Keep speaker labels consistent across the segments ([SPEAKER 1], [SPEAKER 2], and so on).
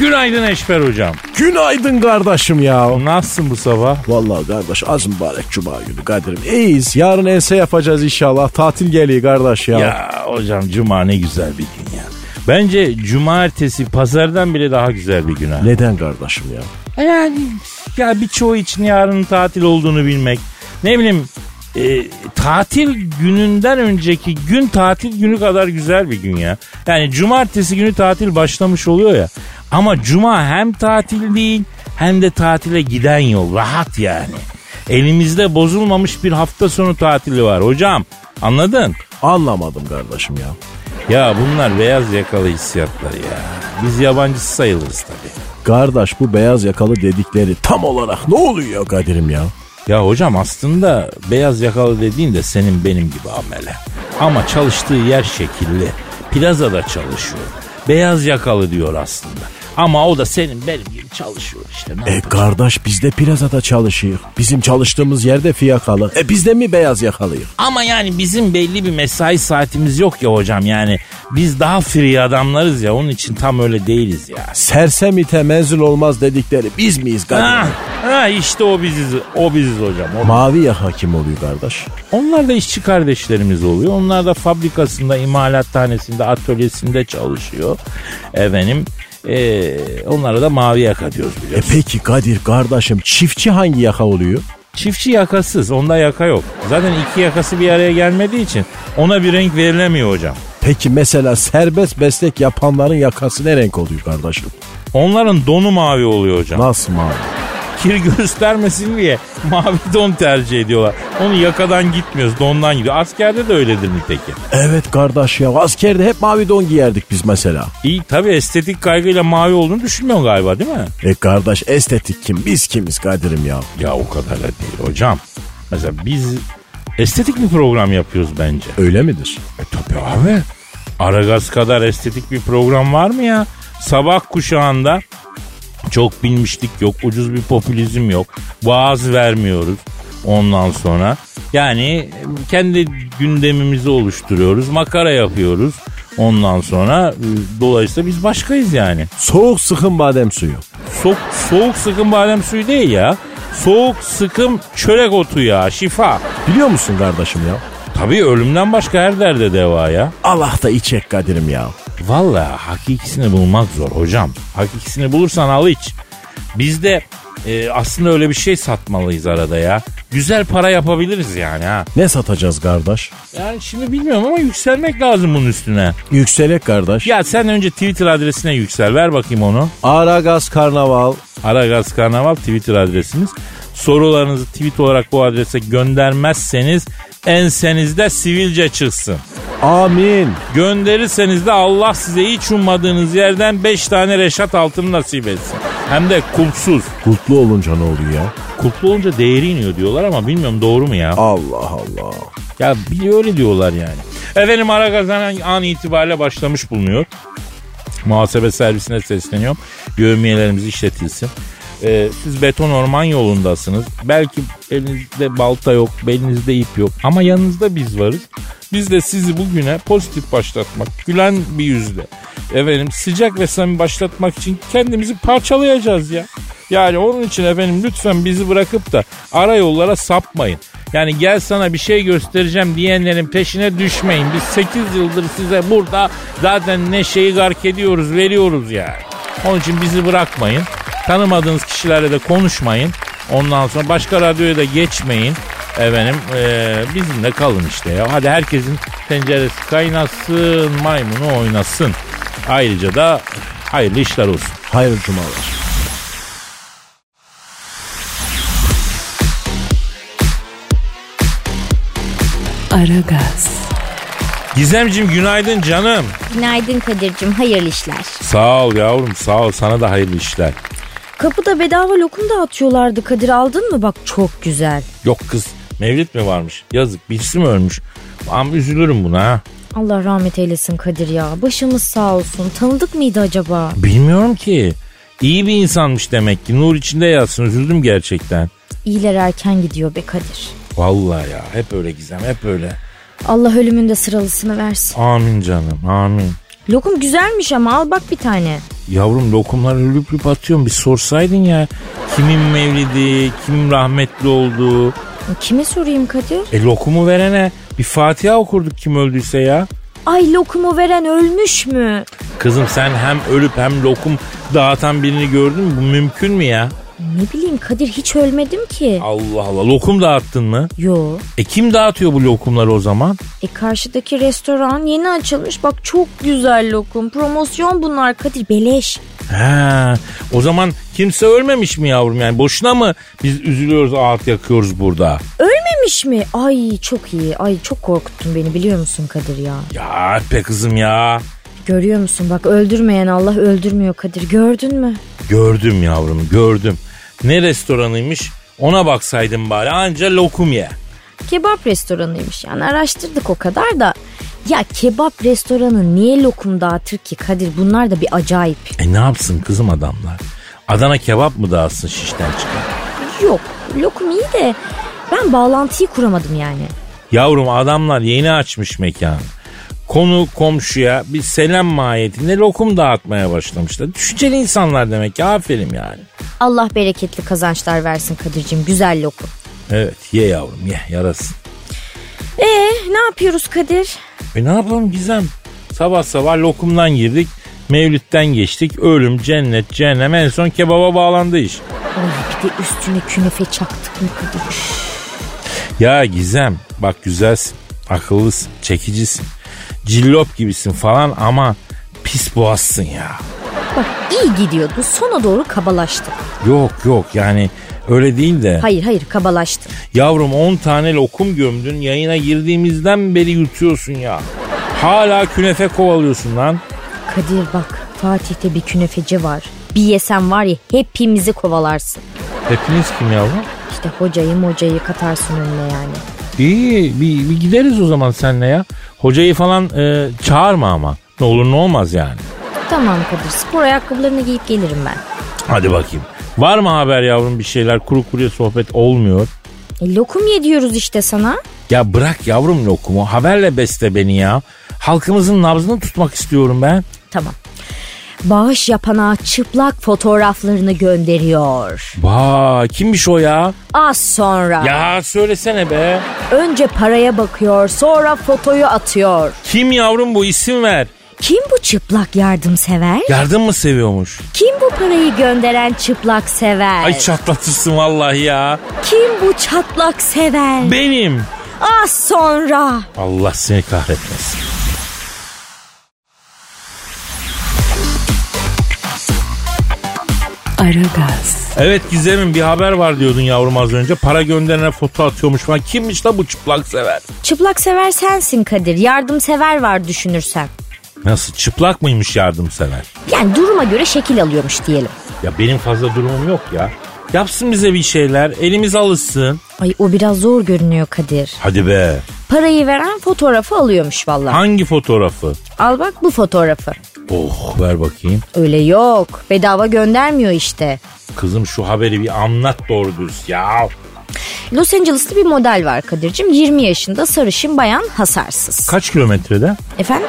[SPEAKER 1] Günaydın Eşber hocam.
[SPEAKER 2] Günaydın kardeşim ya.
[SPEAKER 1] Nasılsın bu sabah?
[SPEAKER 2] Vallahi kardeş az mübarek cuma günü Kadir'im. İyiyiz. Yarın ense yapacağız inşallah. Tatil geliyor kardeş ya.
[SPEAKER 1] Ya hocam cuma ne güzel bir gün ya. Bence cumartesi pazardan bile daha güzel bir gün ha.
[SPEAKER 2] Neden kardeşim ya?
[SPEAKER 1] Yani ya birçoğu için yarının tatil olduğunu bilmek. Ne bileyim e, tatil gününden önceki gün tatil günü kadar güzel bir gün ya. Yani cumartesi günü tatil başlamış oluyor ya. Ama cuma hem tatil değil hem de tatile giden yol rahat yani. Elimizde bozulmamış bir hafta sonu tatili var hocam. Anladın?
[SPEAKER 2] Anlamadım kardeşim ya.
[SPEAKER 1] Ya bunlar beyaz yakalı hissiyatlar ya. Biz yabancısı sayılırız tabii.
[SPEAKER 2] Kardeş bu beyaz yakalı dedikleri tam olarak ne oluyor Kadir'im ya?
[SPEAKER 1] Ya hocam aslında beyaz yakalı dediğin de senin benim gibi amele. Ama çalıştığı yer şekilli. Plazada çalışıyor. Beyaz yakalı diyor aslında. Ama o da senin benim gibi çalışıyor işte. Ne
[SPEAKER 2] E kardeş biz de plazada çalışıyık. Bizim çalıştığımız yerde fiyakalı. E biz de mi beyaz yakalıyık?
[SPEAKER 1] Ama yani bizim belli bir mesai saatimiz yok ya hocam yani. Biz daha free adamlarız ya onun için tam öyle değiliz ya.
[SPEAKER 2] Sersemite menzil olmaz dedikleri biz miyiz
[SPEAKER 1] Ha,
[SPEAKER 2] Kadir'im?
[SPEAKER 1] ha işte o biziz, o biziz hocam. o
[SPEAKER 2] Mavi yaka kim oluyor kardeş?
[SPEAKER 1] Onlar da işçi kardeşlerimiz oluyor. Onlar da fabrikasında, imalathanesinde, atölyesinde çalışıyor. Efendim eee, onlara da mavi yaka diyoruz
[SPEAKER 2] E
[SPEAKER 1] biliyorsun.
[SPEAKER 2] peki Kadir kardeşim çiftçi hangi yaka oluyor?
[SPEAKER 1] Çiftçi yakasız. Onda yaka yok. Zaten iki yakası bir araya gelmediği için ona bir renk verilemiyor hocam.
[SPEAKER 2] Peki mesela serbest meslek yapanların yakası ne renk oluyor kardeşim?
[SPEAKER 1] Onların donu mavi oluyor hocam.
[SPEAKER 2] Nasıl mavi?
[SPEAKER 1] Kir göstermesin diye mavi don tercih ediyorlar. Onu yakadan gitmiyoruz, dondan gidiyor. Askerde de öyledir nitekim.
[SPEAKER 2] Evet kardeş ya askerde hep mavi don giyerdik biz mesela.
[SPEAKER 1] İyi tabii estetik kaygıyla mavi olduğunu düşünmüyorsun galiba değil mi?
[SPEAKER 2] E kardeş estetik kim? Biz kimiz Kadir'im ya?
[SPEAKER 1] Ya o kadar da değil hocam. Mesela biz estetik bir program yapıyoruz bence.
[SPEAKER 2] Öyle midir?
[SPEAKER 1] E tabii abi. Aragaz kadar estetik bir program var mı ya? Sabah kuşağında çok bilmişlik yok, ucuz bir popülizm yok. Vaaz vermiyoruz ondan sonra. Yani kendi gündemimizi oluşturuyoruz, makara yapıyoruz. Ondan sonra e, dolayısıyla biz başkayız yani.
[SPEAKER 2] Soğuk sıkın badem suyu.
[SPEAKER 1] Soğuk, soğuk sıkım badem suyu değil ya. Soğuk sıkım çörek otu ya şifa.
[SPEAKER 2] Biliyor musun kardeşim ya?
[SPEAKER 1] Tabii ölümden başka her derde deva ya.
[SPEAKER 2] Allah da içek Kadir'im ya.
[SPEAKER 1] Valla hakikisini bulmak zor hocam. Hakikisini bulursan al iç. Biz de e, aslında öyle bir şey satmalıyız arada ya. Güzel para yapabiliriz yani ha.
[SPEAKER 2] Ne satacağız kardeş?
[SPEAKER 1] Yani şimdi bilmiyorum ama yükselmek lazım bunun üstüne.
[SPEAKER 2] Yükselek kardeş.
[SPEAKER 1] Ya sen önce Twitter adresine yüksel. Ver bakayım onu.
[SPEAKER 2] Aragaz karnaval.
[SPEAKER 1] Aragaz Karnaval Twitter adresimiz. Sorularınızı tweet olarak bu adrese göndermezseniz ensenizde sivilce çıksın.
[SPEAKER 2] Amin.
[SPEAKER 1] Gönderirseniz de Allah size hiç ummadığınız yerden 5 tane reşat altın nasip etsin. Hem de kulpsuz.
[SPEAKER 2] Kutlu olunca ne oluyor ya?
[SPEAKER 1] Kulplu olunca değeri iniyor diyorlar ama bilmiyorum doğru mu ya?
[SPEAKER 2] Allah Allah.
[SPEAKER 1] Ya biliyor öyle diyorlar yani. Efendim ara kazanan an itibariyle başlamış bulunuyor. Muhasebe servisine sesleniyorum. Yövmiyelerimiz işletilsin. Ee, siz beton orman yolundasınız. Belki elinizde balta yok, belinizde ip yok. Ama yanınızda biz varız. Biz de sizi bugüne pozitif başlatmak, gülen bir yüzle. Efendim sıcak ve samimi başlatmak için kendimizi parçalayacağız ya. Yani onun için efendim lütfen bizi bırakıp da ara yollara sapmayın. Yani gel sana bir şey göstereceğim diyenlerin peşine düşmeyin. Biz 8 yıldır size burada zaten neşeyi gark ediyoruz, veriyoruz yani. Onun için bizi bırakmayın. Tanımadığınız kişilerle de konuşmayın. Ondan sonra başka radyoya da geçmeyin. Efendim e, bizimle kalın işte ya. Hadi herkesin tenceresi kaynasın, maymunu oynasın. Ayrıca da hayırlı işler olsun.
[SPEAKER 2] Hayırlı cumalar.
[SPEAKER 3] Aragaz.
[SPEAKER 1] Gizemcim günaydın canım.
[SPEAKER 4] Günaydın Kadir'cim hayırlı işler.
[SPEAKER 1] Sağ ol yavrum sağ ol sana da hayırlı işler.
[SPEAKER 4] Kapıda bedava lokum dağıtıyorlardı Kadir aldın mı? Bak çok güzel.
[SPEAKER 1] Yok kız Mevlid mi varmış? Yazık birisi mi ölmüş? Am üzülürüm buna ha.
[SPEAKER 4] Allah rahmet eylesin Kadir ya. Başımız sağ olsun. Tanıdık mıydı acaba?
[SPEAKER 1] Bilmiyorum ki. İyi bir insanmış demek ki. Nur içinde yatsın üzüldüm gerçekten.
[SPEAKER 4] İyiler erken gidiyor be Kadir.
[SPEAKER 1] Vallahi ya hep öyle Gizem hep öyle.
[SPEAKER 4] Allah ölümün de sıralısını versin.
[SPEAKER 1] Amin canım amin.
[SPEAKER 4] Lokum güzelmiş ama al bak bir tane.
[SPEAKER 1] Yavrum lokumları lüp lüp atıyorum bir sorsaydın ya. Kimin mevlidi, kim rahmetli olduğu.
[SPEAKER 4] Kime sorayım Kadir?
[SPEAKER 1] E lokumu verene bir Fatiha okurduk kim öldüyse ya.
[SPEAKER 4] Ay lokumu veren ölmüş mü?
[SPEAKER 1] Kızım sen hem ölüp hem lokum dağıtan birini gördün mü? Bu mümkün mü ya?
[SPEAKER 4] Ne bileyim Kadir hiç ölmedim ki.
[SPEAKER 1] Allah Allah. Lokum dağıttın mı?
[SPEAKER 4] Yo.
[SPEAKER 1] E kim dağıtıyor bu lokumları o zaman?
[SPEAKER 4] E karşıdaki restoran yeni açılmış. Bak çok güzel lokum. Promosyon bunlar Kadir beleş.
[SPEAKER 1] He. O zaman kimse ölmemiş mi yavrum yani? Boşuna mı biz üzülüyoruz, ağıt yakıyoruz burada?
[SPEAKER 4] Ölmemiş mi? Ay çok iyi. Ay çok korkuttun beni biliyor musun Kadir ya?
[SPEAKER 1] Ya be kızım ya.
[SPEAKER 4] Görüyor musun bak öldürmeyen Allah öldürmüyor Kadir. Gördün mü?
[SPEAKER 1] Gördüm yavrum, gördüm. Ne restoranıymış? Ona baksaydım bari. Anca lokum ye.
[SPEAKER 4] Kebap restoranıymış yani araştırdık o kadar da. Ya kebap restoranı niye lokum dağıtır ki Kadir? Bunlar da bir acayip.
[SPEAKER 1] E ne yapsın kızım adamlar? Adana kebap mı dağıtsın şişten çıkan?
[SPEAKER 4] Yok lokum iyi de ben bağlantıyı kuramadım yani.
[SPEAKER 1] Yavrum adamlar yeni açmış mekanı. Konu komşuya bir selam mahiyetinde lokum dağıtmaya başlamışlar. Düşünceli insanlar demek ki aferin yani.
[SPEAKER 4] Allah bereketli kazançlar versin Kadir'cim güzel lokum.
[SPEAKER 1] Evet ye yavrum ye yarasın.
[SPEAKER 4] Ee ne yapıyoruz Kadir?
[SPEAKER 1] E ne yapalım Gizem? Sabah sabah lokumdan girdik. Mevlüt'ten geçtik. Ölüm, cennet, cehennem en son kebaba bağlandı iş.
[SPEAKER 4] Ay bir de üstüne künefe çaktık mı Kadir? Üf,
[SPEAKER 1] Ya Gizem bak güzelsin, akıllısın, çekicisin. Cillop gibisin falan ama pis boğazsın ya.
[SPEAKER 4] Bak iyi gidiyordu sona doğru kabalaştık.
[SPEAKER 1] Yok yok yani öyle değil de.
[SPEAKER 4] Hayır hayır kabalaştık.
[SPEAKER 1] Yavrum 10 tane lokum gömdün yayına girdiğimizden beri yutuyorsun ya. Hala künefe kovalıyorsun lan.
[SPEAKER 4] Kadir bak Fatih'te bir künefeci var. Bir yesen var ya hepimizi kovalarsın.
[SPEAKER 1] Hepiniz kim yavrum?
[SPEAKER 4] İşte hocayı mocayı katarsın önüne yani.
[SPEAKER 1] İyi bir, bir gideriz o zaman senle ya. Hocayı falan e, çağırma ama. Ne olur ne olmaz yani.
[SPEAKER 4] Tamam Kadir spor ayakkabılarını giyip gelirim ben.
[SPEAKER 1] Hadi bakayım. Var mı haber yavrum bir şeyler? Kuru kuruya sohbet olmuyor.
[SPEAKER 4] E, lokum ye diyoruz işte sana.
[SPEAKER 1] Ya bırak yavrum lokumu. Haberle beste beni ya. Halkımızın nabzını tutmak istiyorum ben.
[SPEAKER 4] Tamam. Bağış yapana çıplak fotoğraflarını gönderiyor.
[SPEAKER 1] Vay kimmiş o ya?
[SPEAKER 4] Az sonra.
[SPEAKER 1] Ya söylesene be.
[SPEAKER 4] Önce paraya bakıyor sonra fotoyu atıyor.
[SPEAKER 1] Kim yavrum bu isim ver.
[SPEAKER 4] Kim bu çıplak yardımsever?
[SPEAKER 1] Yardım mı seviyormuş?
[SPEAKER 4] Kim bu parayı gönderen çıplak sever?
[SPEAKER 1] Ay çatlatırsın vallahi ya.
[SPEAKER 4] Kim bu çatlak sever?
[SPEAKER 1] Benim.
[SPEAKER 4] Az sonra.
[SPEAKER 1] Allah seni kahretmesin.
[SPEAKER 3] Aragaz.
[SPEAKER 1] Evet Gizem'in bir haber var diyordun yavrum az önce. Para gönderene foto atıyormuş falan. Kimmiş la bu çıplak sever?
[SPEAKER 4] Çıplak sever sensin Kadir. Yardımsever var düşünürsen.
[SPEAKER 1] Nasıl çıplak mıymış yardımsever?
[SPEAKER 4] Yani duruma göre şekil alıyormuş diyelim.
[SPEAKER 1] Ya benim fazla durumum yok ya. Yapsın bize bir şeyler. Elimiz alışsın.
[SPEAKER 4] Ay o biraz zor görünüyor Kadir.
[SPEAKER 1] Hadi be.
[SPEAKER 4] Parayı veren fotoğrafı alıyormuş vallahi.
[SPEAKER 1] Hangi fotoğrafı?
[SPEAKER 4] Al bak bu fotoğrafı.
[SPEAKER 1] Oh ver bakayım.
[SPEAKER 4] Öyle yok. Bedava göndermiyor işte.
[SPEAKER 1] Kızım şu haberi bir anlat doğru dürüst ya.
[SPEAKER 4] Los Angeles'ta bir model var Kadir'cim. 20 yaşında sarışın bayan hasarsız.
[SPEAKER 1] Kaç kilometrede?
[SPEAKER 4] Efendim?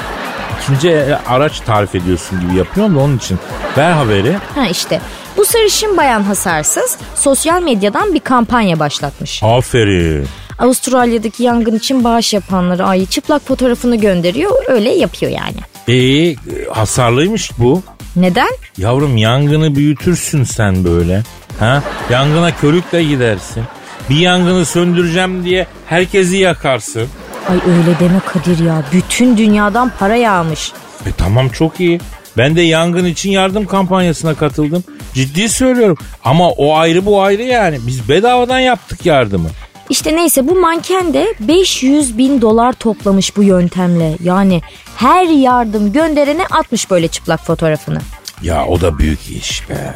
[SPEAKER 1] İkinci e, araç tarif ediyorsun gibi yapıyorum da onun için. Ver haberi.
[SPEAKER 4] Ha işte. Bu sarışın bayan hasarsız sosyal medyadan bir kampanya başlatmış.
[SPEAKER 1] Aferin.
[SPEAKER 4] Avustralya'daki yangın için bağış yapanlara ay çıplak fotoğrafını gönderiyor. Öyle yapıyor yani.
[SPEAKER 1] İyi hasarlıymış bu.
[SPEAKER 4] Neden?
[SPEAKER 1] Yavrum yangını büyütürsün sen böyle. Ha? Yangına körükle gidersin. Bir yangını söndüreceğim diye herkesi yakarsın.
[SPEAKER 4] Ay öyle deme Kadir ya. Bütün dünyadan para yağmış.
[SPEAKER 1] E tamam çok iyi. Ben de yangın için yardım kampanyasına katıldım. Ciddi söylüyorum. Ama o ayrı bu ayrı yani. Biz bedavadan yaptık yardımı.
[SPEAKER 4] İşte neyse bu manken de 500 bin dolar toplamış bu yöntemle. Yani her yardım gönderene atmış böyle çıplak fotoğrafını.
[SPEAKER 1] Ya o da büyük iş be.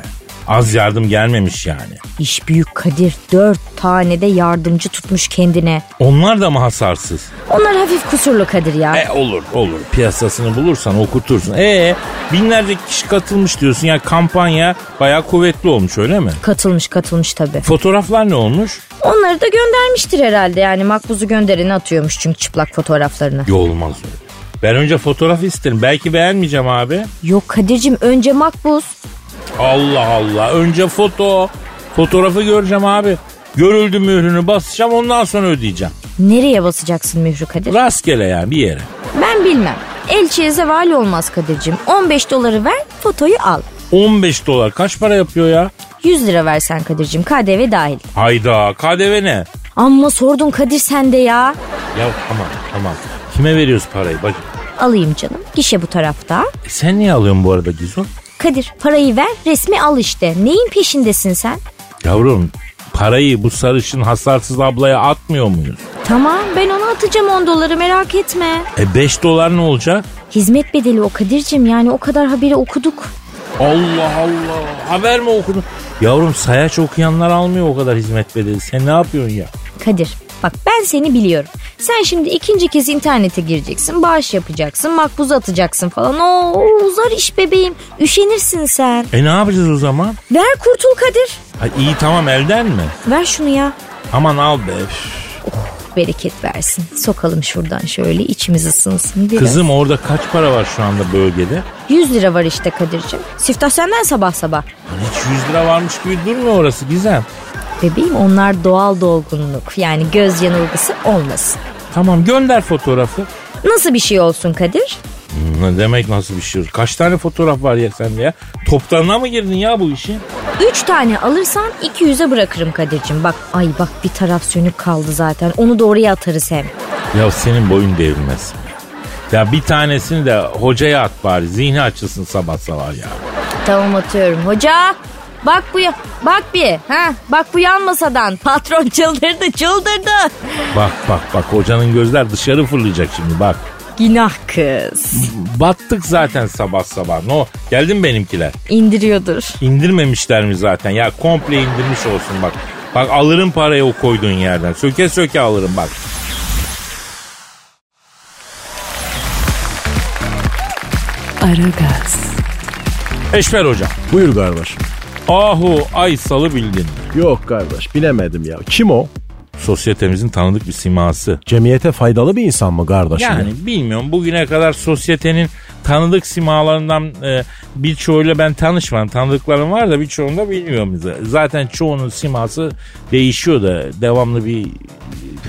[SPEAKER 1] Az yardım gelmemiş yani.
[SPEAKER 4] İş büyük Kadir. Dört tane de yardımcı tutmuş kendine.
[SPEAKER 1] Onlar da mı hasarsız?
[SPEAKER 4] Onlar hafif kusurlu Kadir ya.
[SPEAKER 1] E olur olur piyasasını bulursan okutursun. E binlerce kişi katılmış diyorsun. Yani kampanya bayağı kuvvetli olmuş öyle mi?
[SPEAKER 4] Katılmış katılmış tabii.
[SPEAKER 1] Fotoğraflar ne olmuş?
[SPEAKER 4] Onları da göndermiştir herhalde yani makbuzu göndereni atıyormuş çünkü çıplak fotoğraflarını.
[SPEAKER 1] Yo olmaz öyle. Ben önce fotoğraf isterim. Belki beğenmeyeceğim abi.
[SPEAKER 4] Yok Kadir'cim önce makbuz.
[SPEAKER 1] Allah Allah. Önce foto. Fotoğrafı göreceğim abi. Görüldü mührünü basacağım ondan sonra ödeyeceğim.
[SPEAKER 4] Nereye basacaksın mührü Kadir?
[SPEAKER 1] Rastgele yani bir yere.
[SPEAKER 4] Ben bilmem. Elçiye zeval olmaz Kadir'cim. 15 doları ver fotoyu al.
[SPEAKER 1] 15 dolar kaç para yapıyor ya?
[SPEAKER 4] 100 lira versen Kadir'cim KDV dahil.
[SPEAKER 1] Hayda KDV ne?
[SPEAKER 4] Amma sordun Kadir sen de ya.
[SPEAKER 1] Ya tamam tamam. Kime veriyoruz parayı? Bak
[SPEAKER 4] Alayım canım. Gişe bu tarafta.
[SPEAKER 1] e, sen niye alıyorsun bu arada Gizo?
[SPEAKER 4] Kadir parayı ver resmi al işte. Neyin peşindesin sen?
[SPEAKER 1] Yavrum parayı bu sarışın hasarsız ablaya atmıyor muyuz?
[SPEAKER 4] Tamam ben ona atacağım 10 doları merak etme.
[SPEAKER 1] E 5 dolar ne olacak?
[SPEAKER 4] Hizmet bedeli o Kadir'cim yani o kadar haberi okuduk.
[SPEAKER 1] Allah Allah haber mi okudun? Yavrum sayaç okuyanlar almıyor o kadar hizmet bedeli. Sen ne yapıyorsun ya?
[SPEAKER 4] Kadir bak ben seni biliyorum. Sen şimdi ikinci kez internete gireceksin, bağış yapacaksın, makbuz atacaksın falan. Oo uzar iş bebeğim, üşenirsin sen.
[SPEAKER 1] E ne yapacağız o zaman?
[SPEAKER 4] Ver kurtul Kadir.
[SPEAKER 1] Ha, iyi tamam elden mi?
[SPEAKER 4] Ver şunu ya.
[SPEAKER 1] Aman al be. üf.
[SPEAKER 4] Bereket versin. Sokalım şuradan şöyle içimiz ısınsın biraz.
[SPEAKER 1] Kızım orada kaç para var şu anda bölgede?
[SPEAKER 4] 100 lira var işte Kadir'cim. Siftah senden sabah sabah.
[SPEAKER 1] Hani hiç 100 lira varmış gibi durmuyor orası Gizem.
[SPEAKER 4] Bebeğim onlar doğal dolgunluk. Yani göz yanılgısı olmasın.
[SPEAKER 1] Tamam gönder fotoğrafı.
[SPEAKER 4] Nasıl bir şey olsun Kadir?
[SPEAKER 1] Ne demek nasıl bir şey? Kaç tane fotoğraf var ya sende ya? Toptanına mı girdin ya bu işin?
[SPEAKER 4] 3 tane alırsan 200'e bırakırım Kadir'cim. Bak ay bak bir taraf sönük kaldı zaten. Onu da oraya atarız hem.
[SPEAKER 1] Ya senin boyun devrilmez. Ya bir tanesini de hocaya at bari. Zihni açılsın sabah sabah ya.
[SPEAKER 4] Tamam atıyorum. Hoca bak bu ya- bak bir ha bak bu yan masadan patron çıldırdı çıldırdı.
[SPEAKER 1] Bak bak bak hocanın gözler dışarı fırlayacak şimdi bak.
[SPEAKER 4] Günah kız.
[SPEAKER 1] Battık zaten sabah sabah. No, geldin benimkiler.
[SPEAKER 4] İndiriyordur.
[SPEAKER 1] İndirmemişler mi zaten? Ya komple indirmiş olsun bak. Bak alırım parayı o koyduğun yerden. Söke söke alırım bak.
[SPEAKER 3] Aragaz,
[SPEAKER 1] Eşver hocam.
[SPEAKER 2] Buyur kardeş.
[SPEAKER 1] Ahu Aysal'ı bildin. mi?
[SPEAKER 2] Yok kardeş bilemedim ya. Kim o?
[SPEAKER 1] Sosyetemizin tanıdık bir siması.
[SPEAKER 2] Cemiyete faydalı bir insan mı kardeşim?
[SPEAKER 1] Yani bilmiyorum bugüne kadar sosyetenin tanıdık simalarından e, birçoğuyla ben tanışmadım. Tanıdıklarım var da birçoğunu da bilmiyorum. Z- Zaten çoğunun siması değişiyor da devamlı bir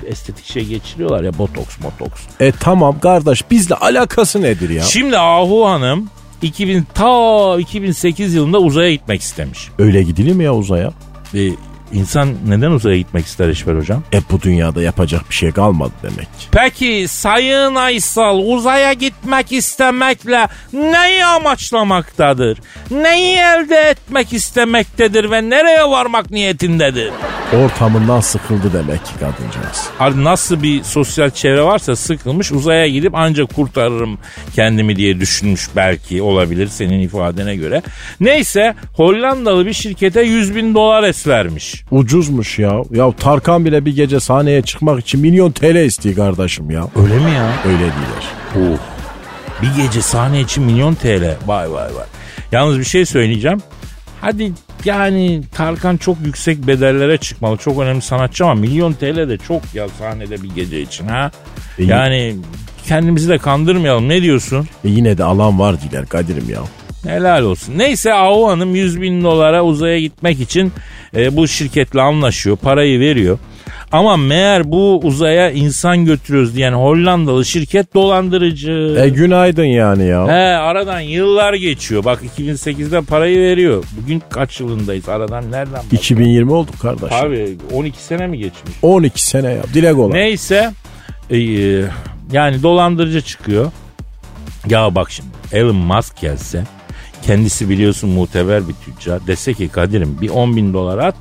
[SPEAKER 1] estetik şey geçiriyorlar ya botoks botoks.
[SPEAKER 2] E tamam kardeş bizle alakası nedir ya?
[SPEAKER 1] Şimdi Ahu Hanım 2000 ta 2008 yılında uzaya gitmek istemiş.
[SPEAKER 2] Öyle gidilir mi ya uzaya?
[SPEAKER 1] E, insan neden uzaya gitmek ister Eşber hocam?
[SPEAKER 2] E bu dünyada yapacak bir şey kalmadı demek ki.
[SPEAKER 1] Peki Sayın Aysal uzaya gitmek istemekle neyi amaçlamaktadır? Neyi elde etmek istemektedir ve nereye varmak niyetindedir?
[SPEAKER 2] Ortamından sıkıldı demek ki kadıncağız.
[SPEAKER 1] Abi Nasıl bir sosyal çevre varsa sıkılmış uzaya gidip ancak kurtarırım kendimi diye düşünmüş belki olabilir senin ifadene göre. Neyse Hollandalı bir şirkete 100 bin dolar es vermiş.
[SPEAKER 2] Ucuzmuş ya. Ya Tarkan bile bir gece sahneye çıkmak için milyon TL istiyor kardeşim ya.
[SPEAKER 1] Öyle mi ya?
[SPEAKER 2] Öyle değiller.
[SPEAKER 1] Oh. Bir gece sahne için milyon TL. Vay vay vay. Yalnız bir şey söyleyeceğim. Hadi yani Tarkan çok yüksek bedellere çıkmalı. Çok önemli sanatçı ama milyon TL de çok ya sahnede bir gece için ha.
[SPEAKER 2] İyi.
[SPEAKER 1] Yani kendimizi de kandırmayalım. Ne diyorsun?
[SPEAKER 2] E yine de alan var diler Kadir'im ya. E,
[SPEAKER 1] Helal olsun. Neyse Ahu Hanım 100 bin dolara uzaya gitmek için e, bu şirketle anlaşıyor. Parayı veriyor. Ama meğer bu uzaya insan götürüyoruz diyen Hollandalı şirket dolandırıcı.
[SPEAKER 2] E günaydın yani ya.
[SPEAKER 1] He aradan yıllar geçiyor. Bak 2008'de parayı veriyor. Bugün kaç yılındayız? Aradan nereden bak?
[SPEAKER 2] 2020 oldu kardeş.
[SPEAKER 1] Abi 12 sene mi geçmiş?
[SPEAKER 2] 12 sene ya. Dile kolay.
[SPEAKER 1] Neyse e, e, yani dolandırıcı çıkıyor. Ya bak şimdi Elon Musk gelse kendisi biliyorsun muteber bir tüccar. Dese ki Kadir'im bir 10 bin dolar at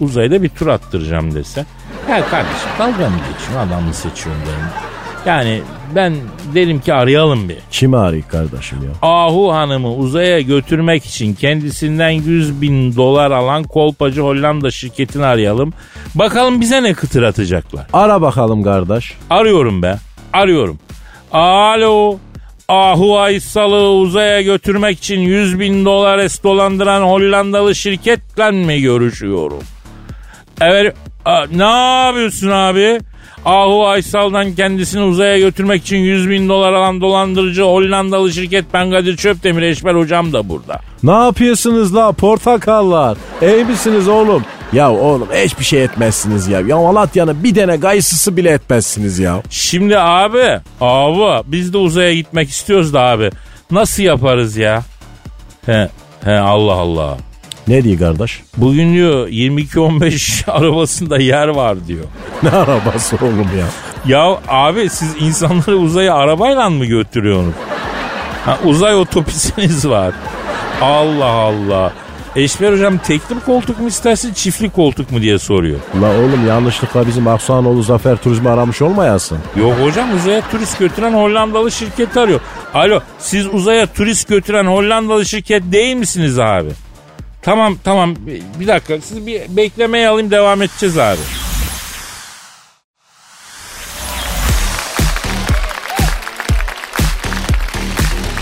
[SPEAKER 1] uzayda bir tur attıracağım dese. Ya kardeşim dalga mı geçiyorsun adamı seçiyorum derim. Yani ben derim ki arayalım bir.
[SPEAKER 2] Kimi arayık kardeşim ya?
[SPEAKER 1] Ahu Hanım'ı uzaya götürmek için kendisinden 100 bin dolar alan kolpacı Hollanda şirketini arayalım. Bakalım bize ne kıtır atacaklar.
[SPEAKER 2] Ara bakalım kardeş.
[SPEAKER 1] Arıyorum be. Arıyorum. Alo. Ahu Aysal'ı uzaya götürmek için 100 bin dolar es dolandıran Hollandalı şirketle mi görüşüyorum? Evet. a- ne yapıyorsun abi? Ahu Aysal'dan kendisini uzaya götürmek için 100 bin dolar alan dolandırıcı Hollandalı şirket ben Kadir Çöptemir Eşber hocam da burada.
[SPEAKER 2] Ne yapıyorsunuz la portakallar? İyi misiniz oğlum? Ya oğlum hiçbir şey etmezsiniz ya. Ya Malatya'nın bir tane gayısısı bile etmezsiniz ya.
[SPEAKER 1] Şimdi abi, abi biz de uzaya gitmek istiyoruz da abi. Nasıl yaparız ya? He, he Allah Allah.
[SPEAKER 2] Ne diyor kardeş?
[SPEAKER 1] Bugün diyor 22-15 arabasında yer var diyor.
[SPEAKER 2] Ne arabası oğlum ya?
[SPEAKER 1] Ya abi siz insanları uzaya arabayla mı götürüyorsunuz? Ha, uzay otobüsünüz var. Allah Allah. Eşber hocam tekli koltuk mu istersin çiftli koltuk mu diye soruyor.
[SPEAKER 2] La oğlum yanlışlıkla bizim Aksanoğlu Zafer Turizmi aramış olmayasın.
[SPEAKER 1] Yok hocam uzaya turist götüren Hollandalı şirket arıyor. Alo siz uzaya turist götüren Hollandalı şirket değil misiniz abi? Tamam tamam bir- bir dakika sizi bir beklemeye alayım devam edeceğiz abi.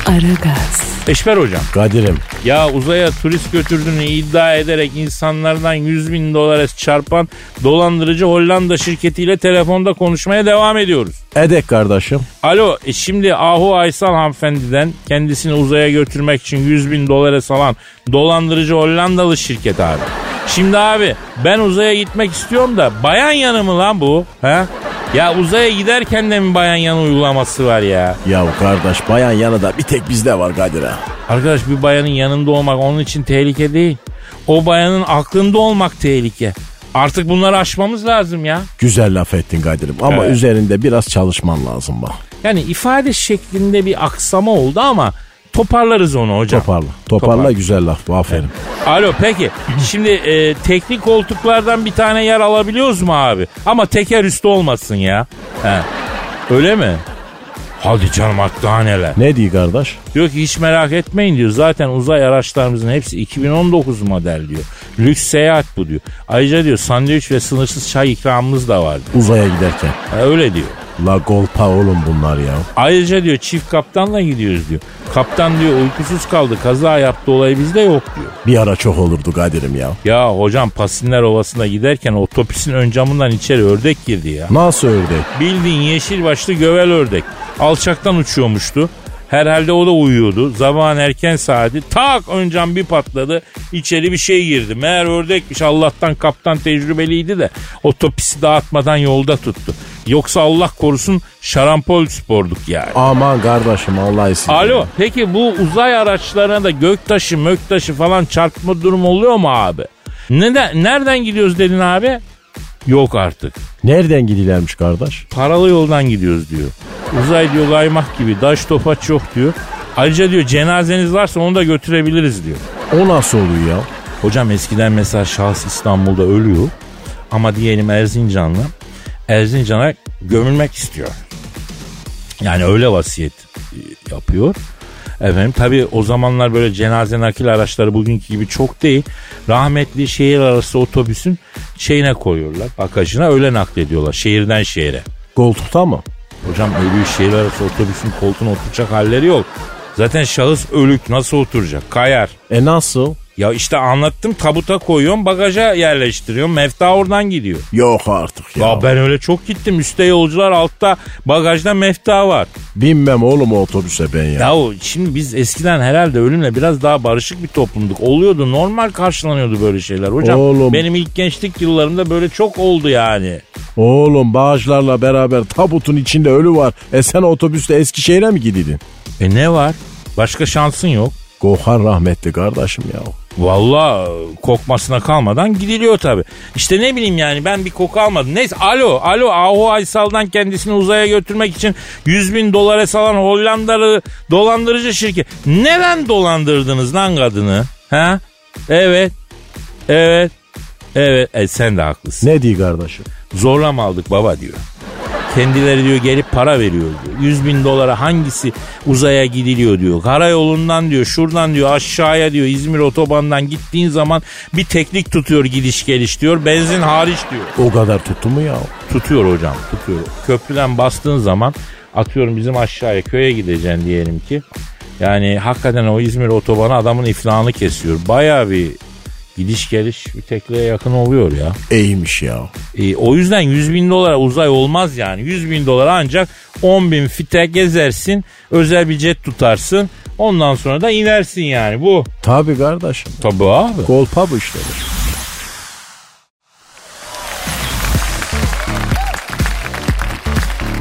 [SPEAKER 3] Aragaz,
[SPEAKER 1] Eşber hocam
[SPEAKER 2] Kadir'im
[SPEAKER 1] ya uzaya turist götürdüğünü iddia ederek insanlardan 100 bin dolara çarpan dolandırıcı Hollanda şirketiyle telefonda konuşmaya devam ediyoruz.
[SPEAKER 2] edek kardeşim.
[SPEAKER 1] Alo e şimdi Ahu Aysal hanımefendiden kendisini uzaya götürmek için 100 bin dolara salan dolandırıcı Hollandalı şirket abi. Şimdi abi ben uzaya gitmek istiyorum da bayan yanı mı lan bu? He? Ya uzaya giderken de mi bayan yanı uygulaması var ya?
[SPEAKER 2] Ya kardeş bayan yanında bir tek bizde var Kadir ha.
[SPEAKER 1] Arkadaş bir bayanın yanında olmak onun için tehlike değil. O bayanın aklında olmak tehlike. Artık bunları aşmamız lazım ya.
[SPEAKER 2] Güzel laf ettin Kadir'im ama
[SPEAKER 1] Evet.
[SPEAKER 2] üzerinde biraz çalışman lazım bak.
[SPEAKER 1] Yani ifade şeklinde bir aksama oldu ama toparlarız onu hocam.
[SPEAKER 2] Toparla. Toparla
[SPEAKER 1] Topar-
[SPEAKER 2] güzel laf. bu, Aferin.
[SPEAKER 1] Alo peki. Şimdi e, teknik koltuklardan bir tane yer alabiliyoruz mu abi? Ama teker üstü olmasın ya. He. Öyle mi? Hadi canım artık daha neler.
[SPEAKER 2] Ne diyor kardeş?
[SPEAKER 1] Diyor ki hiç merak etmeyin diyor. Zaten uzay araçlarımızın hepsi 2019 model diyor. Lüks seyahat bu diyor. Ayrıca diyor sandviç ve sınırsız çay ikramımız da var diyor.
[SPEAKER 2] Uzaya giderken.
[SPEAKER 1] Ha, öyle diyor.
[SPEAKER 2] La golpa oğlum bunlar ya.
[SPEAKER 1] Ayrıca diyor çift kaptanla gidiyoruz diyor. Kaptan diyor uykusuz kaldı kaza yaptı olayı bizde yok diyor.
[SPEAKER 2] Bir ara çok olurdu Kadir'im ya.
[SPEAKER 1] Ya hocam Pasinler Ovası'na giderken otobüsün ön camından içeri ördek girdi ya.
[SPEAKER 2] Nasıl ördek?
[SPEAKER 1] Bildiğin yeşil başlı gövel ördek. Alçaktan uçuyormuştu. Herhalde o da uyuyordu. Zaman erken saati. Tak ön cam bir patladı. İçeri bir şey girdi. Meğer ördekmiş. Allah'tan kaptan tecrübeliydi de otopisi dağıtmadan yolda tuttu. Yoksa Allah korusun şarampol sporduk yani.
[SPEAKER 2] Aman kardeşim Allah iyisin.
[SPEAKER 1] Alo peki bu uzay araçlarına da göktaşı möktaşı falan çarpma durum oluyor mu abi? Neden, nereden gidiyoruz dedin abi? Yok artık.
[SPEAKER 2] Nereden gidilermiş kardeş?
[SPEAKER 1] Paralı yoldan gidiyoruz diyor. Uzay diyor kaymak gibi daş topaç yok diyor. Ayrıca diyor cenazeniz varsa onu da götürebiliriz diyor.
[SPEAKER 2] O nasıl oluyor ya?
[SPEAKER 1] Hocam eskiden mesela şahıs İstanbul'da ölüyor ama diyelim Erzincanlı Erzincan'a gömülmek istiyor. Yani öyle vasiyet e, yapıyor. Efendim tabi o zamanlar böyle cenaze nakil araçları bugünkü gibi çok değil. Rahmetli şehir arası otobüsün şeyine koyuyorlar. Bagajına öyle naklediyorlar şehirden şehire.
[SPEAKER 2] Koltukta mı?
[SPEAKER 1] Hocam ölüyü şehir arası otobüsün koltuğuna oturacak halleri yok. Zaten şahıs ölük nasıl oturacak? Kayar.
[SPEAKER 2] E nasıl?
[SPEAKER 1] Ya işte anlattım tabuta koyuyorum bagaja yerleştiriyorum. Mefta oradan gidiyor.
[SPEAKER 2] Yok artık
[SPEAKER 1] Ya,
[SPEAKER 2] ya.
[SPEAKER 1] ben öyle çok gittim. Üste yolcular altta bagajda mefta var.
[SPEAKER 2] Binmem oğlum o otobüse ben ya.
[SPEAKER 1] Ya o- şimdi biz eskiden herhalde ölümle biraz daha barışık bir toplumduk. Oluyordu normal karşılanıyordu böyle şeyler. Hocam
[SPEAKER 2] Oğlum.
[SPEAKER 1] benim ilk gençlik yıllarımda böyle çok oldu yani.
[SPEAKER 2] Oğlum bağışlarla beraber tabutun içinde ölü var. E sen otobüsle Eskişehir'e mi gididin?
[SPEAKER 1] E ne var? Başka şansın yok.
[SPEAKER 2] Gohan rahmetli kardeşim ya.
[SPEAKER 1] Valla kokmasına kalmadan gidiliyor tabi. İşte ne bileyim yani ben bir koku almadım. Neyse alo alo Ahu Aysal'dan kendisini uzaya götürmek için 100 bin dolara salan Hollandalı dolandırıcı şirket. Neden dolandırdınız lan kadını? Ha? Evet. Evet. Evet. E, sen de haklısın.
[SPEAKER 2] Ne diyor kardeşim?
[SPEAKER 1] Zorla mı aldık baba diyor. Kendileri diyor gelip para veriyor diyor. 100 bin dolara hangisi uzaya gidiliyor diyor. Karayolundan diyor şuradan diyor aşağıya diyor İzmir otobandan gittiğin zaman bir teknik tutuyor gidiş geliş diyor. Benzin hariç diyor.
[SPEAKER 2] O kadar tuttu mu ya?
[SPEAKER 1] Tutuyor hocam tutuyor. Köprüden bastığın zaman atıyorum bizim aşağıya köye gideceksin diyelim ki. Yani hakikaten o İzmir otobanı adamın iflahını kesiyor. Bayağı bir gidiş geliş bir tekliğe yakın oluyor ya.
[SPEAKER 2] İyiymiş ya.
[SPEAKER 1] E, o yüzden 100 bin dolara uzay olmaz yani. 100 bin dolara ancak 10 bin fite gezersin. Özel bir jet tutarsın. Ondan sonra da inersin yani bu.
[SPEAKER 2] Tabii kardeşim.
[SPEAKER 1] Tabii abi.
[SPEAKER 2] Golpa bu işleri.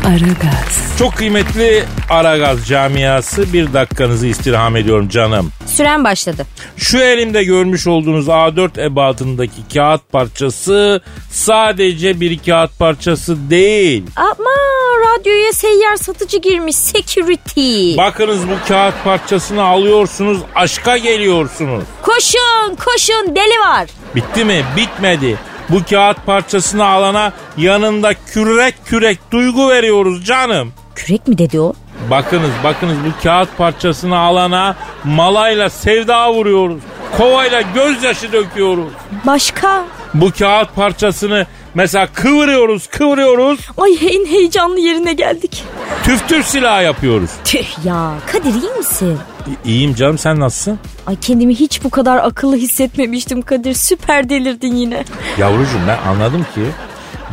[SPEAKER 3] Aragaz,
[SPEAKER 1] Çok kıymetli Aragaz camiası. Bir dakikanızı istirham ediyorum canım.
[SPEAKER 4] Süren başladı.
[SPEAKER 1] Şu elimde görmüş olduğunuz A4 ebatındaki kağıt parçası sadece bir kağıt parçası değil.
[SPEAKER 4] Ama radyoya seyyar satıcı girmiş security.
[SPEAKER 1] Bakınız bu kağıt parçasını alıyorsunuz, aşka geliyorsunuz.
[SPEAKER 4] Koşun koşun deli var.
[SPEAKER 1] Bitti mi? Bitmedi. Bu kağıt parçasını alana yanında kürek kürek duygu veriyoruz canım.
[SPEAKER 4] Kürek mi dedi o?
[SPEAKER 1] Bakınız bakınız bu kağıt parçasını alana malayla sevda vuruyoruz. Kovayla gözyaşı döküyoruz.
[SPEAKER 4] Başka?
[SPEAKER 1] Bu kağıt parçasını mesela kıvırıyoruz kıvırıyoruz.
[SPEAKER 4] Ay en heyecanlı yerine geldik.
[SPEAKER 1] Tüf tüf silah yapıyoruz.
[SPEAKER 4] Tüh ya Kadir iyi misin?
[SPEAKER 1] İ- İyiyim canım sen nasılsın?
[SPEAKER 4] Ay kendimi hiç bu kadar akıllı hissetmemiştim Kadir. Süper delirdin yine.
[SPEAKER 1] Yavrucuğum ben anladım ki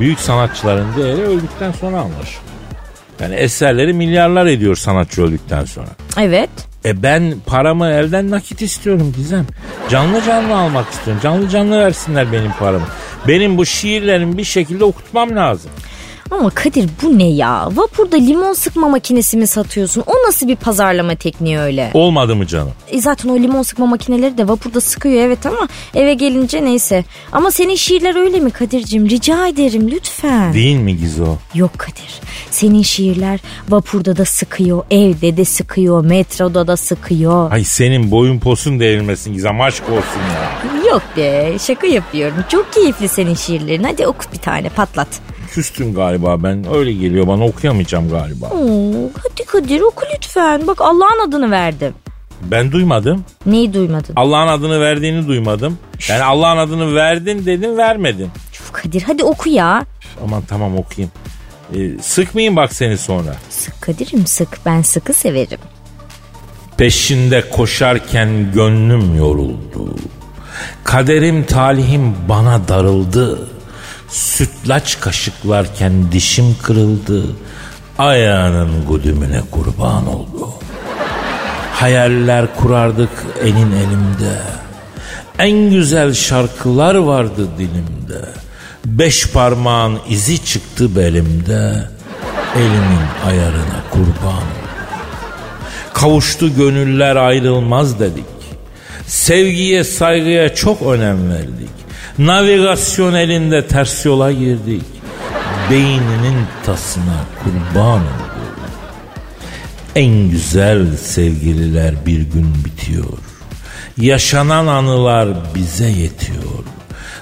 [SPEAKER 1] büyük sanatçıların değeri öldükten sonra anlaşılır. Yani eserleri milyarlar ediyor sanatçı öldükten sonra.
[SPEAKER 4] Evet.
[SPEAKER 1] E ben paramı elden nakit istiyorum Gizem. Canlı canlı almak istiyorum. Canlı canlı versinler benim paramı. Benim bu şiirlerimi bir şekilde okutmam lazım.
[SPEAKER 4] Ama Kadir bu ne ya? Vapurda limon sıkma makinesi mi satıyorsun? O nasıl bir pazarlama tekniği öyle?
[SPEAKER 1] Olmadı mı canım?
[SPEAKER 4] E zaten o limon sıkma makineleri de vapurda sıkıyor evet ama eve gelince neyse. Ama senin şiirler öyle mi Kadir'cim? Rica ederim lütfen.
[SPEAKER 1] Değil mi Gizo?
[SPEAKER 4] Yok Kadir. Senin şiirler vapurda da sıkıyor, evde de sıkıyor, metroda da sıkıyor.
[SPEAKER 1] Ay senin boyun posun devrilmesin Gizem aşk olsun ya.
[SPEAKER 4] Yok be şaka yapıyorum. Çok keyifli senin şiirlerin. Hadi okut bir tane patlat.
[SPEAKER 1] Küstüm galiba ben öyle geliyor bana okuyamayacağım galiba.
[SPEAKER 4] Oo, hadi Kadir oku lütfen. Bak Allah'ın adını verdim.
[SPEAKER 1] Ben duymadım.
[SPEAKER 4] Neyi duymadın?
[SPEAKER 1] Allah'ın adını verdiğini duymadım. Yani Allah'ın adını verdin dedin vermedin.
[SPEAKER 4] Üf, Kadir hadi oku ya.
[SPEAKER 1] Aman tamam okuyayım. E, sıkmayayım bak seni sonra.
[SPEAKER 4] Sık Kadir'im sık ben sıkı severim.
[SPEAKER 1] Peşinde koşarken gönlüm yoruldu. Kaderim talihim bana darıldı. Sütlaç kaşıklarken dişim kırıldı. Ayağının gudümüne kurban oldu. Hayaller kurardık elin elimde. En güzel şarkılar vardı dilimde. Beş parmağın izi çıktı belimde. Elimin ayarına kurban oldu. Kavuştu gönüller ayrılmaz dedik. Sevgiye saygıya çok önem verdik. Navigasyon elinde ters yola girdik. Beyninin tasına kurban olduk. En güzel sevgililer bir gün bitiyor. Yaşanan anılar bize yetiyor.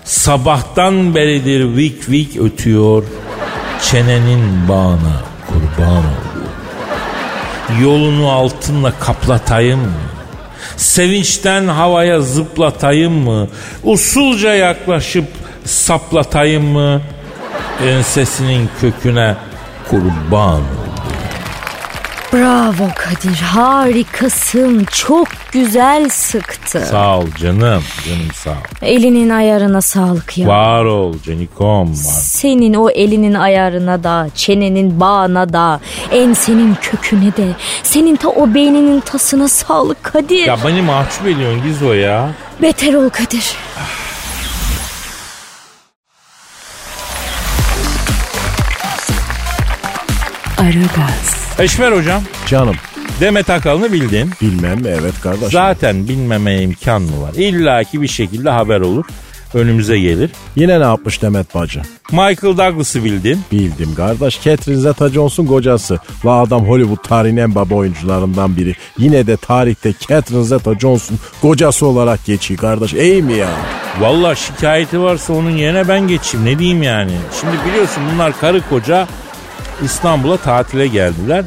[SPEAKER 1] Sabahtan beridir vik vik ötüyor. Çenenin bağına kurban olduk. Yolunu altınla kaplatayım mı? Sevinçten havaya zıplatayım mı? Usulca yaklaşıp saplatayım mı? Ensesinin köküne kurban.
[SPEAKER 4] Bravo Kadir harikasın çok güzel sıktı.
[SPEAKER 1] Sağ ol canım. Canım sağ ol.
[SPEAKER 4] Elinin ayarına sağlık ya.
[SPEAKER 1] Var ol Canikom var.
[SPEAKER 4] Senin o elinin ayarına da, çenenin bağına da, ensenin köküne de, senin ta o beyninin tasına sağlık Kadir.
[SPEAKER 1] Ya beni mahcup ediyorsun Gizo ya.
[SPEAKER 4] Beter ol Kadir.
[SPEAKER 3] Aragaz,
[SPEAKER 1] Eşmer hocam
[SPEAKER 2] Canım
[SPEAKER 1] Demet Akalın'ı bildin.
[SPEAKER 2] bilmem evet kardeş.
[SPEAKER 1] Zaten bilmemeye imkan mı var? İlla ki bir şekilde haber olur. Önümüze gelir.
[SPEAKER 2] Yine ne yapmış Demet Bacı?
[SPEAKER 1] Michael Douglas'ı bildin.
[SPEAKER 2] Bildim kardeş. Catherine Zeta Jones'un kocası. La adam Hollywood tarihinin en baba oyuncularından biri. Yine de tarihte Catherine Zeta Jones'un kocası olarak geçiyor kardeş. İyi mi ya?
[SPEAKER 1] Valla şikayeti varsa onun yerine ben geçeyim ne diyeyim yani. Şimdi biliyorsun bunlar karı koca İstanbul'a tatile geldiler.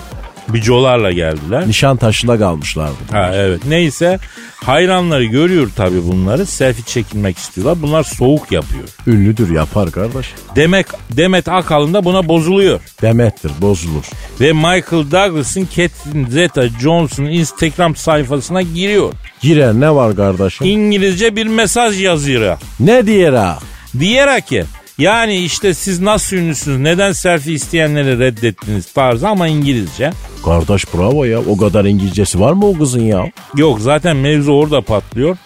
[SPEAKER 1] Bicolarla geldiler.
[SPEAKER 2] Nişan taşında kalmışlardı.
[SPEAKER 1] Ha evet neyse hayranları görüyor tabii bunları selfie çekilmek istiyorlar. Bunlar soğuk yapıyor.
[SPEAKER 2] Ünlüdür yapar kardeş.
[SPEAKER 1] Demek Demet Akalın da buna bozuluyor.
[SPEAKER 2] Demettir bozulur.
[SPEAKER 1] Ve Michael Douglas'ın Catherine Zeta-Jones'un Instagram sayfasına giriyor.
[SPEAKER 2] Girer ne var kardeşim?
[SPEAKER 1] İngilizce bir mesaj yazıyor.
[SPEAKER 2] Ne diyer ha?
[SPEAKER 1] Diyerek ki yani işte siz nasıl ünlüsünüz neden selfie isteyenleri reddettiniz tarzı ama İngilizce.
[SPEAKER 2] Kardeş bravo ya. O kadar İngilizcesi var mı o kızın ya?
[SPEAKER 1] Yok zaten mevzu orada patlıyor.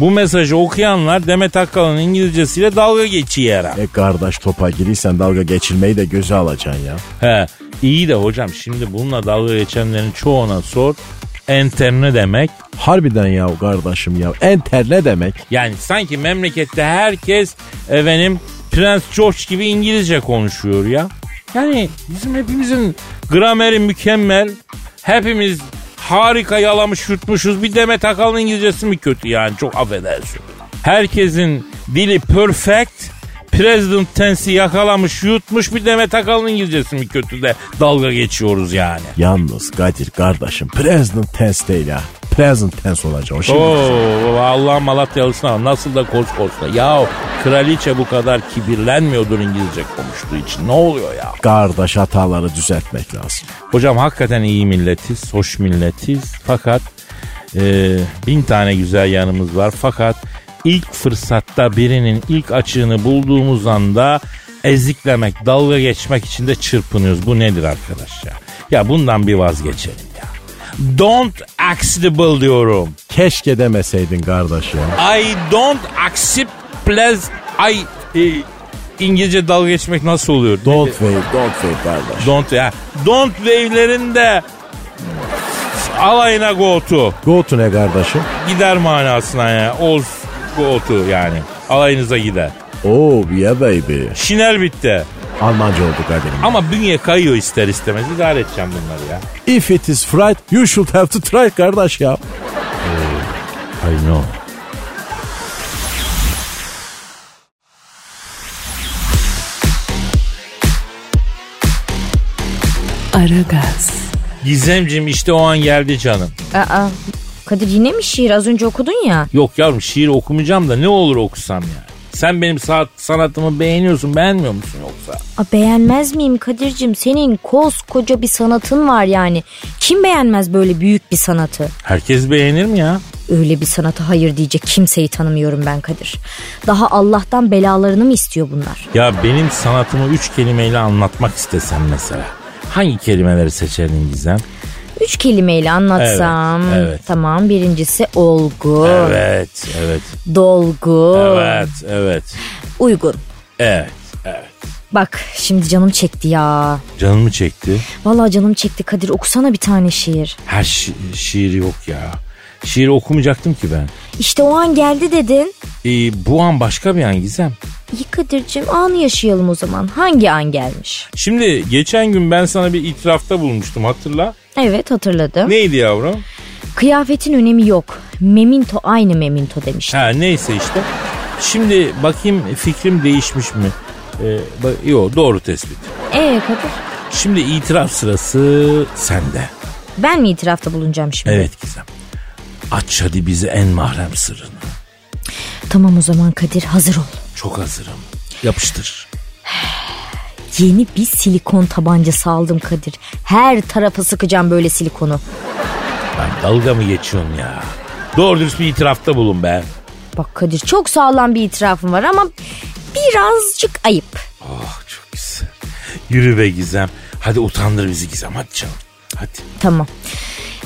[SPEAKER 1] Bu mesajı okuyanlar Demet Akalın İngilizcesiyle dalga geçiyor.
[SPEAKER 2] E kardeş topa girirsen dalga geçilmeyi de göze alacaksın ya.
[SPEAKER 1] He, iyi de hocam şimdi bununla dalga geçenlerin çoğuna sor. Enter ne demek?
[SPEAKER 2] Harbiden ya kardeşim ya. Enter ne demek?
[SPEAKER 1] Yani sanki memlekette herkes efendim Prens George gibi İngilizce konuşuyor ya. Yani bizim hepimizin grameri mükemmel. Hepimiz harika yalamış yutmuşuz. Bir Demet Akalın İngilizcesi mi kötü yani çok affedersin. Herkesin dili perfect. President tense'i yakalamış yutmuş bir Demet Akalın İngilizcesi mi kötü de dalga geçiyoruz yani.
[SPEAKER 2] Yalnız Kadir kardeşim present tense değil ha. Present tense olacak o şimdi.
[SPEAKER 1] Oo, Allah Malatyalısına nasıl da koz kozla. Ya kraliçe bu kadar kibirlenmiyordur İngilizce konuştuğu için. Ne oluyor ya?
[SPEAKER 2] Kardeş hataları düzeltmek lazım.
[SPEAKER 1] Hocam hakikaten iyi milletiz, hoş milletiz. Fakat e, bin tane güzel yanımız var. Fakat ilk fırsatta birinin ilk açığını bulduğumuz anda eziklemek, dalga geçmek için de çırpınıyoruz. Bu nedir arkadaş ya? Ya bundan bir vazgeçelim ya. Don't acceptable diyorum.
[SPEAKER 2] Keşke demeseydin kardeş ya.
[SPEAKER 1] I don't accept please I e, İngilizce dalga geçmek nasıl oluyor?
[SPEAKER 2] Don't wave, don't wave kardeş.
[SPEAKER 1] Don't ya. Don't wave'lerin de alayına go to.
[SPEAKER 2] Go to ne kardeşim?
[SPEAKER 1] Gider manasına ya. All go to yani. Alayınıza gider.
[SPEAKER 2] Oh yeah baby.
[SPEAKER 1] Şiner bitti.
[SPEAKER 2] Almanca oldu Kadir'im.
[SPEAKER 1] Ama bünye kayıyor ister istemez. İdare edeceğim bunları ya.
[SPEAKER 2] If it is fried, you should have to try kardeş ya.
[SPEAKER 1] I know.
[SPEAKER 3] Aragaz,
[SPEAKER 1] Gizemcim işte o an geldi canım.
[SPEAKER 4] Aa, Kadir yine mi şiir az önce okudun ya?
[SPEAKER 1] Yok yavrum şiir okumayacağım da ne olur okusam yani. Sen benim saat, sanatımı beğeniyorsun beğenmiyor musun yoksa?
[SPEAKER 4] Aa, beğenmez miyim Kadir'cim? Senin koskoca bir sanatın var yani. Kim beğenmez böyle büyük bir sanatı?
[SPEAKER 1] Herkes beğenir mi ya?
[SPEAKER 4] Öyle bir sanata hayır diyecek kimseyi tanımıyorum ben Kadir. Daha Allah'tan belalarını mı istiyor bunlar?
[SPEAKER 1] Ya benim sanatımı üç kelimeyle anlatmak istesem mesela. Hangi kelimeleri seçerdin Gizem?
[SPEAKER 4] Üç kelimeyle anlatsam.
[SPEAKER 1] Evet, evet.
[SPEAKER 4] Tamam birincisi olgu,
[SPEAKER 1] Evet, evet,
[SPEAKER 4] dolgu,
[SPEAKER 1] evet, evet,
[SPEAKER 4] uygun.
[SPEAKER 1] evet, evet.
[SPEAKER 4] Bak şimdi canım çekti ya.
[SPEAKER 1] Canımı çekti.
[SPEAKER 4] Vallahi canım çekti Kadir okusana bir tane şiir.
[SPEAKER 1] Her şi- şiir yok ya. Şiir okumayacaktım ki ben.
[SPEAKER 4] İşte o an geldi dedin.
[SPEAKER 1] Ee, bu an başka bir an Gizem.
[SPEAKER 4] İyi Kadir'cim anı yaşayalım o zaman. Hangi an gelmiş?
[SPEAKER 1] Şimdi geçen gün ben sana bir itirafta bulmuştum hatırla.
[SPEAKER 4] Evet hatırladım.
[SPEAKER 1] Neydi yavrum?
[SPEAKER 4] Kıyafetin önemi yok. Memento aynı memento demişti.
[SPEAKER 1] Ha neyse işte. Şimdi bakayım fikrim değişmiş mi? Ee, bak, yok doğru tespit.
[SPEAKER 4] Ee Kadir
[SPEAKER 1] Şimdi itiraf sırası sende.
[SPEAKER 4] ben mi itirafta bulunacağım şimdi?
[SPEAKER 1] Evet Gizem. Aç hadi bize en mahrem sırrını.
[SPEAKER 4] Tamam o zaman Kadir hazır ol.
[SPEAKER 1] Çok hazırım. Yapıştır.
[SPEAKER 4] Yeni bir silikon tabancası aldım Kadir. Her tarafa sıkacağım böyle silikonu.
[SPEAKER 1] Lan dalga mı geçiyorsun ya? Doğru dürüst bir itirafta bulun be.
[SPEAKER 4] Bak Kadir çok sağlam bir itirafım var ama birazcık ayıp.
[SPEAKER 1] Oh çok güzel. Yürü be Gizem. Hadi utandır bizi Gizem. Hadi canım. Hadi.
[SPEAKER 4] Tamam.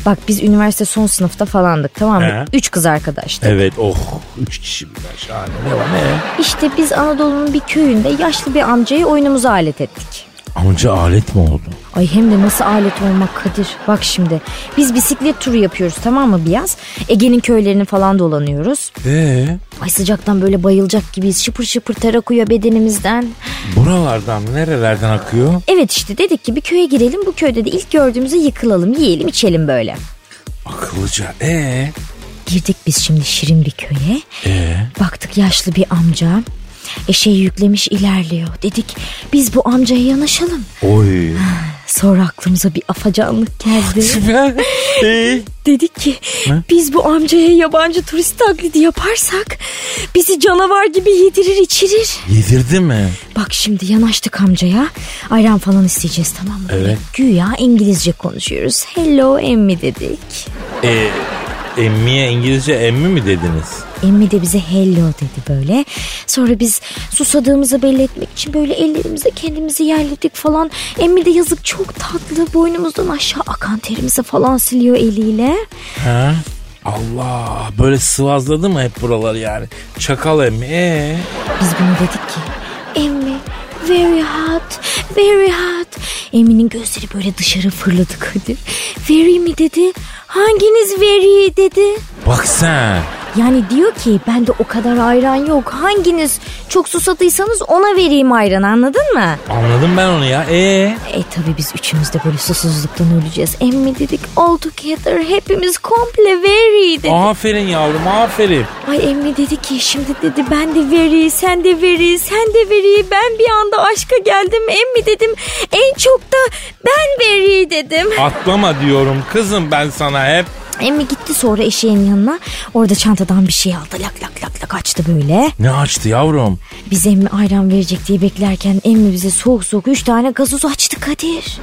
[SPEAKER 4] Bak biz üniversite son sınıfta falandık tamam mı?
[SPEAKER 1] He.
[SPEAKER 4] Üç kız arkadaştık.
[SPEAKER 1] Evet oh. Üç kişi birden şahane. Ne var ne?
[SPEAKER 4] İşte biz Anadolu'nun bir köyünde yaşlı bir amcayı oyunumuza alet ettik.
[SPEAKER 1] Amca alet mi oldu?
[SPEAKER 4] Ay hem de nasıl alet olmak Kadir. Bak şimdi biz bisiklet turu yapıyoruz tamam mı bir yaz? Ege'nin köylerini falan dolanıyoruz.
[SPEAKER 1] Ee,
[SPEAKER 4] Ay sıcaktan böyle bayılacak gibiyiz. Şıpır şıpır ter akıyor bedenimizden.
[SPEAKER 1] buralardan nerelerden akıyor?
[SPEAKER 4] Evet işte dedik ki bir köye girelim. Bu köyde de ilk gördüğümüzü yıkılalım, yiyelim, içelim böyle.
[SPEAKER 1] Akıllıca. Ee,
[SPEAKER 4] Girdik biz şimdi şirin bir köye.
[SPEAKER 1] e,
[SPEAKER 4] Baktık yaşlı bir amca. Eşeği yüklemiş ilerliyor. Dedik biz bu amcaya yanaşalım.
[SPEAKER 1] oy.
[SPEAKER 4] Sonra aklımıza bir afacanlık geldi.
[SPEAKER 1] Ee,
[SPEAKER 4] Dedik ki biz bu amcaya yabancı turist taklidi yaparsak bizi canavar gibi yedirir içirir.
[SPEAKER 1] yedirdi mi?
[SPEAKER 4] Bak şimdi yanaştık amcaya. Ayran falan isteyeceğiz tamam mı?
[SPEAKER 1] Evet.
[SPEAKER 4] Güya İngilizce konuşuyoruz. Hello emmi dedik.
[SPEAKER 1] Ee, emmiye İngilizce emmi mi dediniz?
[SPEAKER 4] Emmi de bize hello dedi böyle. Sonra biz susadığımızı belli etmek için böyle ellerimizle kendimizi yerledik falan. Emmi de yazık çok tatlı boynumuzdan aşağı akan terimizi falan siliyor eliyle.
[SPEAKER 1] Ha? Allah böyle sıvazladı mı hep buralar yani? Çakal emmi. Ee,
[SPEAKER 4] Biz bunu dedik ki Emmi very hot very hot. Emmi'nin gözleri böyle dışarı fırladı Kadir. Very mi dedi? Hanginiz very dedi?
[SPEAKER 1] bak sen.
[SPEAKER 4] Yani diyor ki bende o kadar ayran yok. Hanginiz çok susadıysanız ona vereyim ayranı anladın mı?
[SPEAKER 1] Anladım ben onu ya. Ee,
[SPEAKER 4] E tabi biz üçümüz de böyle susuzluktan öleceğiz. Emmi dedik all together hepimiz komple very dedi.
[SPEAKER 1] aferin yavrum aferin.
[SPEAKER 4] Ay Emre dedi ki şimdi dedi ben de veri, sen de veri, sen de veri. Ben bir anda aşka geldim Emmi dedim. En çok da ben veri dedim.
[SPEAKER 1] Atlama diyorum kızım ben sana hep.
[SPEAKER 4] Emmi gitti sonra eşeğin yanına. Orada çantadan bir şey aldı. Lak lak lak lak açtı böyle.
[SPEAKER 1] Ne açtı yavrum?
[SPEAKER 4] Biz Emmi ayran verecek diye beklerken Emmi bize soğuk soğuk üç tane gazoz açtı Kadir.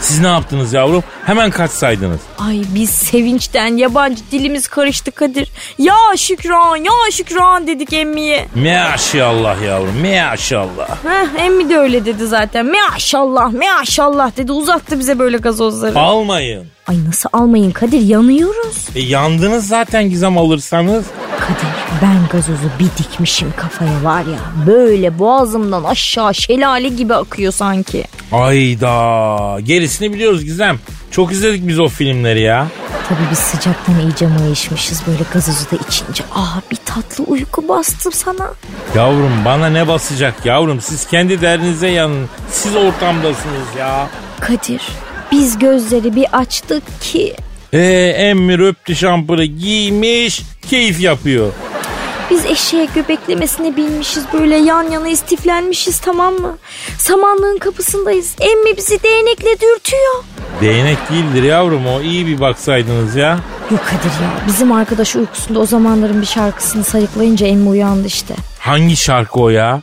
[SPEAKER 1] Siz ne yaptınız yavrum? Hemen kaçsaydınız.
[SPEAKER 4] Ay biz sevinçten yabancı dilimiz karıştı Kadir. Ya Şükran ya Şükran dedik Emmi'ye.
[SPEAKER 1] Maşallah yavrum maşallah.
[SPEAKER 4] Heh, emmi de öyle dedi zaten. Maşallah maşallah dedi uzattı bize böyle gazozları.
[SPEAKER 1] Almayın.
[SPEAKER 4] Ay nasıl almayın Kadir yanıyoruz.
[SPEAKER 1] E, yandınız zaten gizem alırsanız.
[SPEAKER 4] Kadir ben gazozu bir dikmişim kafaya var ya böyle boğazımdan aşağı şelale gibi akıyor sanki.
[SPEAKER 1] Ayda. Gerisini biliyoruz Gizem. Çok izledik biz o filmleri ya.
[SPEAKER 4] Tabii biz sıcaktan iyice mayışmışız böyle gazozu da içince. Ah bir tatlı uyku bastım sana.
[SPEAKER 1] Yavrum bana ne basacak yavrum? Siz kendi derdinize yanın. Siz ortamdasınız ya.
[SPEAKER 4] Kadir biz gözleri bir açtık ki
[SPEAKER 1] Ee, Emir öptü şampırı giymiş. Keyif yapıyor.
[SPEAKER 4] Biz eşeğe göbeklemesine binmişiz böyle yan yana istiflenmişiz tamam mı? Samanlığın kapısındayız. Emmi bizi değnekle dürtüyor.
[SPEAKER 1] Değnek değildir yavrum o. iyi bir baksaydınız ya.
[SPEAKER 4] Yok Kadir ya bizim arkadaş uykusunda o zamanların bir şarkısını sayıklayınca emmi uyandı işte.
[SPEAKER 1] Hangi şarkı o ya?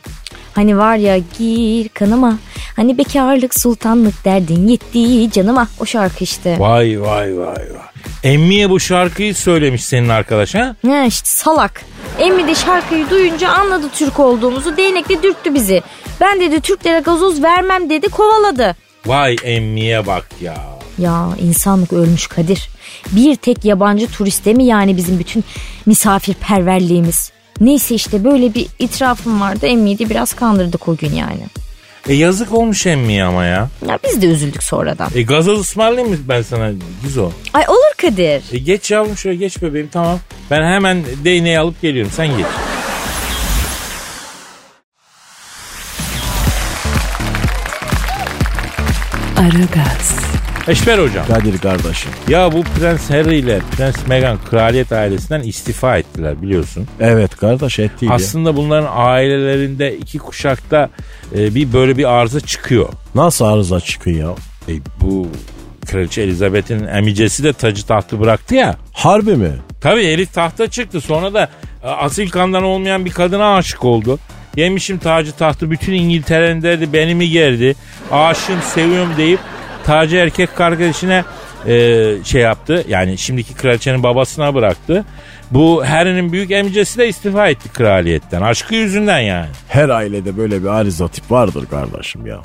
[SPEAKER 4] Hani var ya gir kanıma hani bekarlık sultanlık derdin yetti canıma o şarkı işte.
[SPEAKER 1] Vay vay vay vay. Emmiye bu şarkıyı söylemiş senin arkadaş ha?
[SPEAKER 4] Ne işte salak. Emmi de şarkıyı duyunca anladı Türk olduğumuzu değnekle dürttü bizi. Ben dedi Türklere gazoz vermem dedi kovaladı.
[SPEAKER 1] Vay emmiye bak ya.
[SPEAKER 4] Ya insanlık ölmüş Kadir. Bir tek yabancı turiste mi yani bizim bütün misafirperverliğimiz? Neyse işte böyle bir itirafım vardı. Emmiyi de biraz kandırdık o gün yani.
[SPEAKER 1] E yazık olmuş emmiye ama ya.
[SPEAKER 4] Ya biz de üzüldük sonradan.
[SPEAKER 1] E gazoz ısmarlayayım mı ben sana Gizo?
[SPEAKER 4] Ay olur Kadir.
[SPEAKER 1] E geç yavrum şöyle geç bebeğim tamam. Ben hemen değneği alıp geliyorum sen geç.
[SPEAKER 3] Aragaz,
[SPEAKER 1] Eşber hocam.
[SPEAKER 2] Kadir kardeşim.
[SPEAKER 1] Ya bu Prens Harry ile Prens Meghan kraliyet ailesinden istifa ettiler biliyorsun.
[SPEAKER 2] Evet kardeş et değil ya.
[SPEAKER 1] Aslında bunların ailelerinde iki kuşakta e, bir böyle bir arıza çıkıyor.
[SPEAKER 2] Nasıl arıza çıkıyor ya?
[SPEAKER 1] E, bu Kraliçe Elizabeth'in emicesi de tacı tahtı bıraktı ya.
[SPEAKER 2] Harbi mi?
[SPEAKER 1] Tabii herif tahta çıktı. Sonra da e, asil kandan olmayan bir kadına aşık oldu. Yemişim tacı tahtı bütün İngiltere'nin derdi benimi gerdi. Aşığım seviyorum deyip tacı erkek kardeşine e, şey yaptı. Yani şimdiki kraliçenin babasına bıraktı. Bu Harry'nin büyük emcesi de istifa etti kraliyetten. Aşkı yüzünden yani.
[SPEAKER 2] Her ailede böyle bir arıza tip vardır kardeşim ya.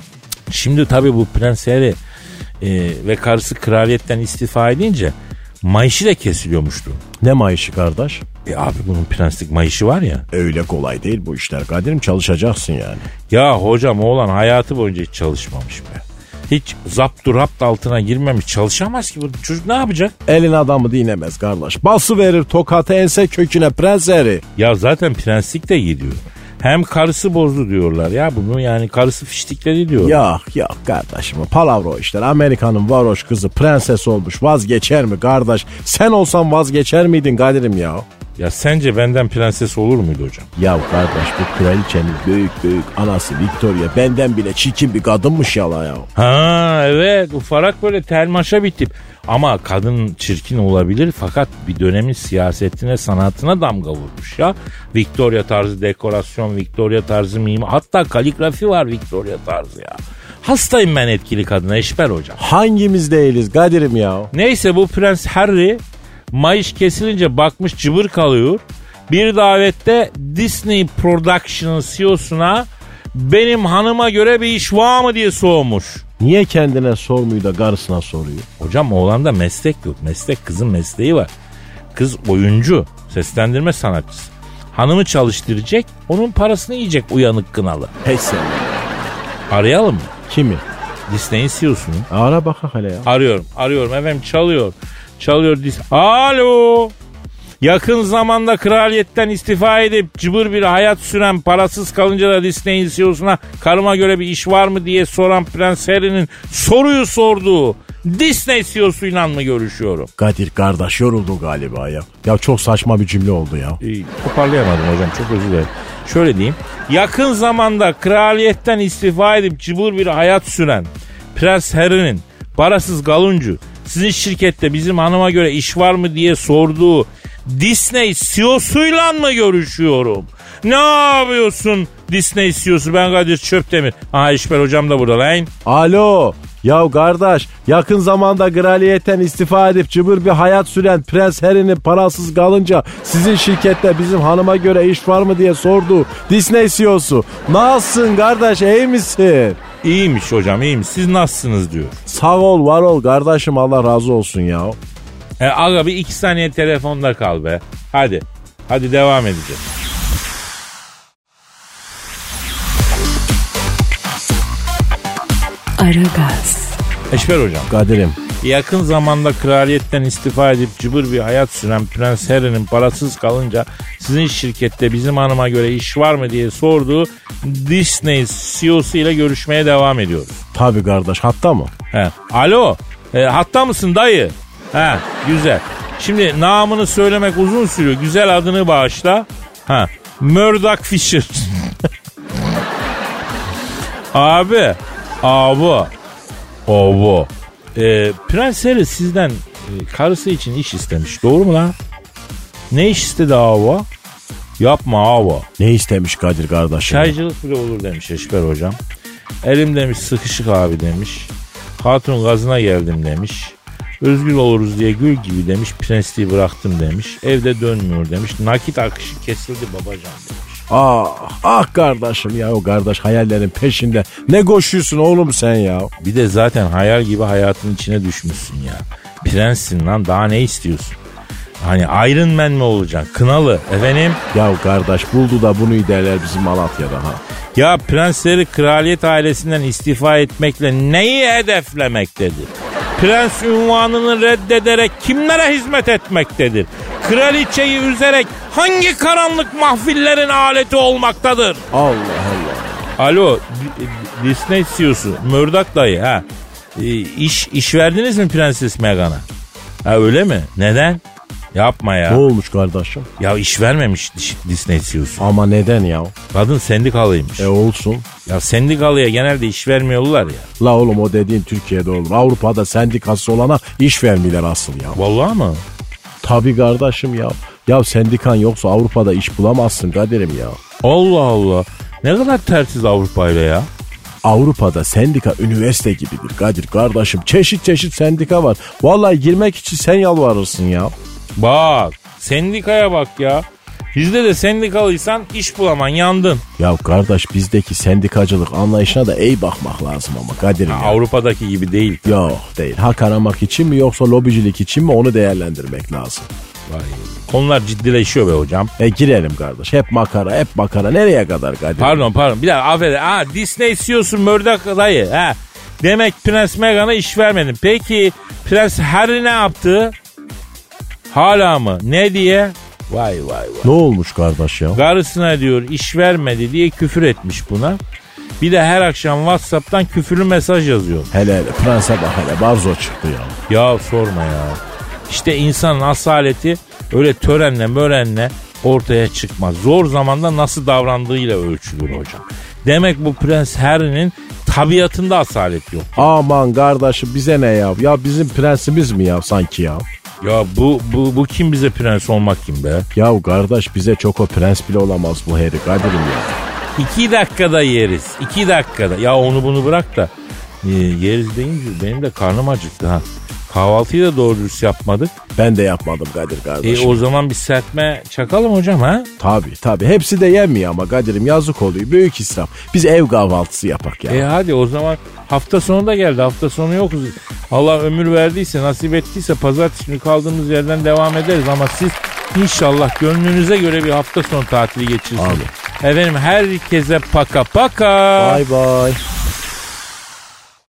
[SPEAKER 1] Şimdi tabii bu Prens Harry e, ve karısı kraliyetten istifa edince Mayışı da kesiliyormuştu.
[SPEAKER 2] Ne maaşı kardeş?
[SPEAKER 1] E abi bunun prenslik mayışı var ya.
[SPEAKER 2] Öyle kolay değil bu işler Kadir'im çalışacaksın yani.
[SPEAKER 1] Ya hocam oğlan hayatı boyunca hiç çalışmamış be. Hiç zaptu rapt altına girmemiş çalışamaz ki bu çocuk ne yapacak?
[SPEAKER 2] Elin adamı dinemez kardeş. Bası verir tokatı ense köküne prenseri.
[SPEAKER 1] Ya zaten prenslik de gidiyor. Hem karısı bozdu diyorlar ya bunu yani karısı fiştikledi diyor.
[SPEAKER 2] Ya yok kardeşim o palavra o işler. Amerika'nın varoş kızı prenses olmuş vazgeçer mi kardeş? Sen olsan vazgeçer miydin Kadir'im ya?
[SPEAKER 1] ya sence benden prenses olur muydu hocam?
[SPEAKER 2] Ya kardeş bu kraliçenin büyük büyük anası Victoria benden bile çirkin bir kadınmış yala ya.
[SPEAKER 1] Ha evet ufarak böyle telmaşa bitip. Ama kadın çirkin olabilir fakat bir dönemin siyasetine sanatına damga vurmuş ya. Victoria tarzı dekorasyon, Victoria tarzı mimar hatta kaligrafi var Victoria tarzı ya. Hastayım ben etkili kadına Eşber hocam.
[SPEAKER 2] Hangimiz değiliz Kadir'im ya?
[SPEAKER 1] Neyse bu Prens Harry Mayış kesilince bakmış cıbır kalıyor. Bir davette Disney Production'ın CEO'suna benim hanıma göre bir iş var mı diye soğumuş.
[SPEAKER 2] Niye kendine sormuyor da karısına soruyor?
[SPEAKER 1] Hocam oğlanda meslek yok. Meslek kızın mesleği var. Kız oyuncu, seslendirme sanatçısı. Hanımı çalıştıracak, onun parasını yiyecek uyanık kınalı.
[SPEAKER 2] Hey sen.
[SPEAKER 1] Arayalım mı?
[SPEAKER 2] Kimi?
[SPEAKER 1] Disney'in CEO'sunu.
[SPEAKER 2] Ara baka hele ya.
[SPEAKER 1] Arıyorum, arıyorum efendim çalıyor. Çalıyor dis. Alo. Yakın zamanda kraliyetten istifa edip cıbır bir hayat süren parasız kalınca da Disney'in CEO'suna karıma göre bir iş var mı diye soran Prens Harry'nin soruyu sorduğu Disney CEO'suyla mı görüşüyorum?
[SPEAKER 2] Kadir kardeş yoruldu galiba ya. Ya çok saçma bir cümle oldu ya.
[SPEAKER 1] Ee, toparlayamadım hocam çok özür dilerim. Şöyle diyeyim. Yakın zamanda kraliyetten istifa edip cıbır bir hayat süren Prens Harry'nin parasız galuncu sizin şirkette bizim hanıma göre iş var mı diye sorduğu Disney CEO'suyla mı görüşüyorum? Ne yapıyorsun Disney CEO'su? Ben Kadir Çöptemir. Aha İşber hocam da burada lan.
[SPEAKER 2] Alo. Ya kardeş yakın zamanda kraliyetten istifa edip cıbır bir hayat süren Prens Harry'nin parasız kalınca sizin şirkette bizim hanıma göre iş var mı diye sordu. Disney CEO'su. Nasılsın kardeş iyi misin?
[SPEAKER 1] İyiymiş hocam iyiymiş. Siz nasılsınız diyor.
[SPEAKER 2] Sağ ol var ol kardeşim Allah razı olsun ya.
[SPEAKER 1] E, aga bir iki saniye telefonda kal be. Hadi. Hadi devam edeceğiz.
[SPEAKER 3] Aragaz,
[SPEAKER 1] Eşber hocam.
[SPEAKER 2] Kadir'im
[SPEAKER 1] Yakın zamanda kraliyetten istifa edip cıbır bir hayat süren Prens Harry'nin parasız kalınca sizin şirkette bizim hanıma göre iş var mı diye sorduğu Disney CEO'su ile görüşmeye devam ediyoruz.
[SPEAKER 2] tabi kardeş hatta mı?
[SPEAKER 1] He. Alo. E, hatta mısın dayı? He, güzel. Şimdi namını söylemek uzun sürüyor. Güzel adını bağışla. Ha. Murdoch Fisher. abi. Abi. Abi. E, Prens Harry sizden e, karısı için iş istemiş. Doğru mu lan? Ne iş istedi abi? Yapma abi.
[SPEAKER 2] Ne istemiş Kadir kardeşim?
[SPEAKER 1] Çaycılık bile olur demiş Eşber hocam. Elim demiş sıkışık abi demiş. Hatun gazına geldim demiş. Özgür oluruz diye gül gibi demiş. Prensliği bıraktım demiş. Evde dönmüyor demiş. Nakit akışı kesildi babacan demiş.
[SPEAKER 2] Ah, ah kardeşim ya o kardeş hayallerin peşinde. Ne koşuyorsun oğlum sen ya?
[SPEAKER 1] Bir de zaten hayal gibi hayatın içine düşmüşsün ya. Prenssin lan daha ne istiyorsun? Hani Iron Man mi olacaksın? Kınalı efendim.
[SPEAKER 2] Ya kardeş buldu da bunu derler bizim Malatya'da ha.
[SPEAKER 1] Ya prensleri kraliyet ailesinden istifa etmekle neyi hedeflemektedir? Prens ünvanını reddederek kimlere hizmet etmektedir? Kraliçeyi üzerek hangi karanlık mahfillerin aleti olmaktadır?
[SPEAKER 2] Allah Allah.
[SPEAKER 1] Alo, D- D- Disney CEO'su Murdoch dayı ha. E, iş, iş verdiniz mi Prenses Meghan'a? Ha öyle mi? Neden? Yapma ya.
[SPEAKER 2] Ne olmuş kardeşim?
[SPEAKER 1] Ya iş vermemiş Dis- Disney CEO'su.
[SPEAKER 2] Ama neden ya?
[SPEAKER 1] Kadın sendikalıymış.
[SPEAKER 2] E olsun.
[SPEAKER 1] Ya sendikalıya genelde iş vermiyorlar ya.
[SPEAKER 2] La oğlum o dediğin Türkiye'de olur. Avrupa'da sendikası olana iş vermiyorlar asıl ya.
[SPEAKER 1] Vallahi mı?
[SPEAKER 2] Tabi kardeşim ya. Ya sendikan yoksa Avrupa'da iş bulamazsın kaderim ya.
[SPEAKER 1] Allah Allah. Ne kadar tersiz Avrupa ile ya.
[SPEAKER 2] Avrupa'da sendika üniversite gibidir Kadir kardeşim. Çeşit çeşit sendika var. Vallahi girmek için sen yalvarırsın ya.
[SPEAKER 1] Bak sendikaya bak ya. Yüzde de sendikalıysan iş bulaman yandın.
[SPEAKER 2] Ya kardeş bizdeki sendikacılık anlayışına da iyi bakmak lazım ama Kadir'im ya.
[SPEAKER 1] Avrupa'daki gibi değil.
[SPEAKER 2] Yok değil. Hak aramak için mi yoksa lobicilik için mi onu değerlendirmek lazım.
[SPEAKER 1] Vay. Konular ciddileşiyor be hocam.
[SPEAKER 2] E girelim kardeş. Hep makara, hep makara. Nereye kadar Kadir?
[SPEAKER 1] Pardon pardon. Bir dakika affedin. Ha Disney istiyorsun Murdoch dayı. Ha. Demek Prens Meghan'a iş vermedin. Peki Prens Harry ne yaptı? Hala mı? Ne diye? Vay vay vay.
[SPEAKER 2] Ne olmuş kardeş ya?
[SPEAKER 1] Karısına diyor iş vermedi diye küfür etmiş buna. Bir de her akşam Whatsapp'tan küfürlü mesaj yazıyor.
[SPEAKER 2] Hele hele prense bak hele barzo çıktı ya.
[SPEAKER 1] Ya sorma ya. İşte insanın asaleti öyle törenle mörenle ortaya çıkmaz. Zor zamanda nasıl davrandığıyla ölçülür hocam. Demek bu Prens Harry'nin tabiatında asalet yok.
[SPEAKER 2] Aman kardeşim bize ne ya? Ya bizim prensimiz mi ya sanki ya?
[SPEAKER 1] Ya bu, bu, bu kim bize prens olmak kim be?
[SPEAKER 2] Ya kardeş bize çok o prens bile olamaz bu heri Kadir'im ya.
[SPEAKER 1] İki dakikada yeriz. iki dakikada. Ya onu bunu bırak da e, yeriz deyince benim de karnım acıktı ha. Kahvaltıyı da doğru dürüst yapmadık.
[SPEAKER 2] Ben de yapmadım Kadir kardeşim.
[SPEAKER 1] E, o zaman bir sertme çakalım hocam ha?
[SPEAKER 2] Tabi tabi hepsi de yenmiyor ama Kadir'im yazık oluyor. Büyük israf. Biz ev kahvaltısı yapak ya.
[SPEAKER 1] E hadi o zaman hafta sonu da geldi. Hafta sonu yokuz. Allah ömür verdiyse, nasip ettiyse pazartesi günü kaldığımız yerden devam ederiz. Ama siz inşallah gönlünüze göre bir hafta sonu tatili geçirirsiniz. Efendim herkese paka paka.
[SPEAKER 2] Bay bay.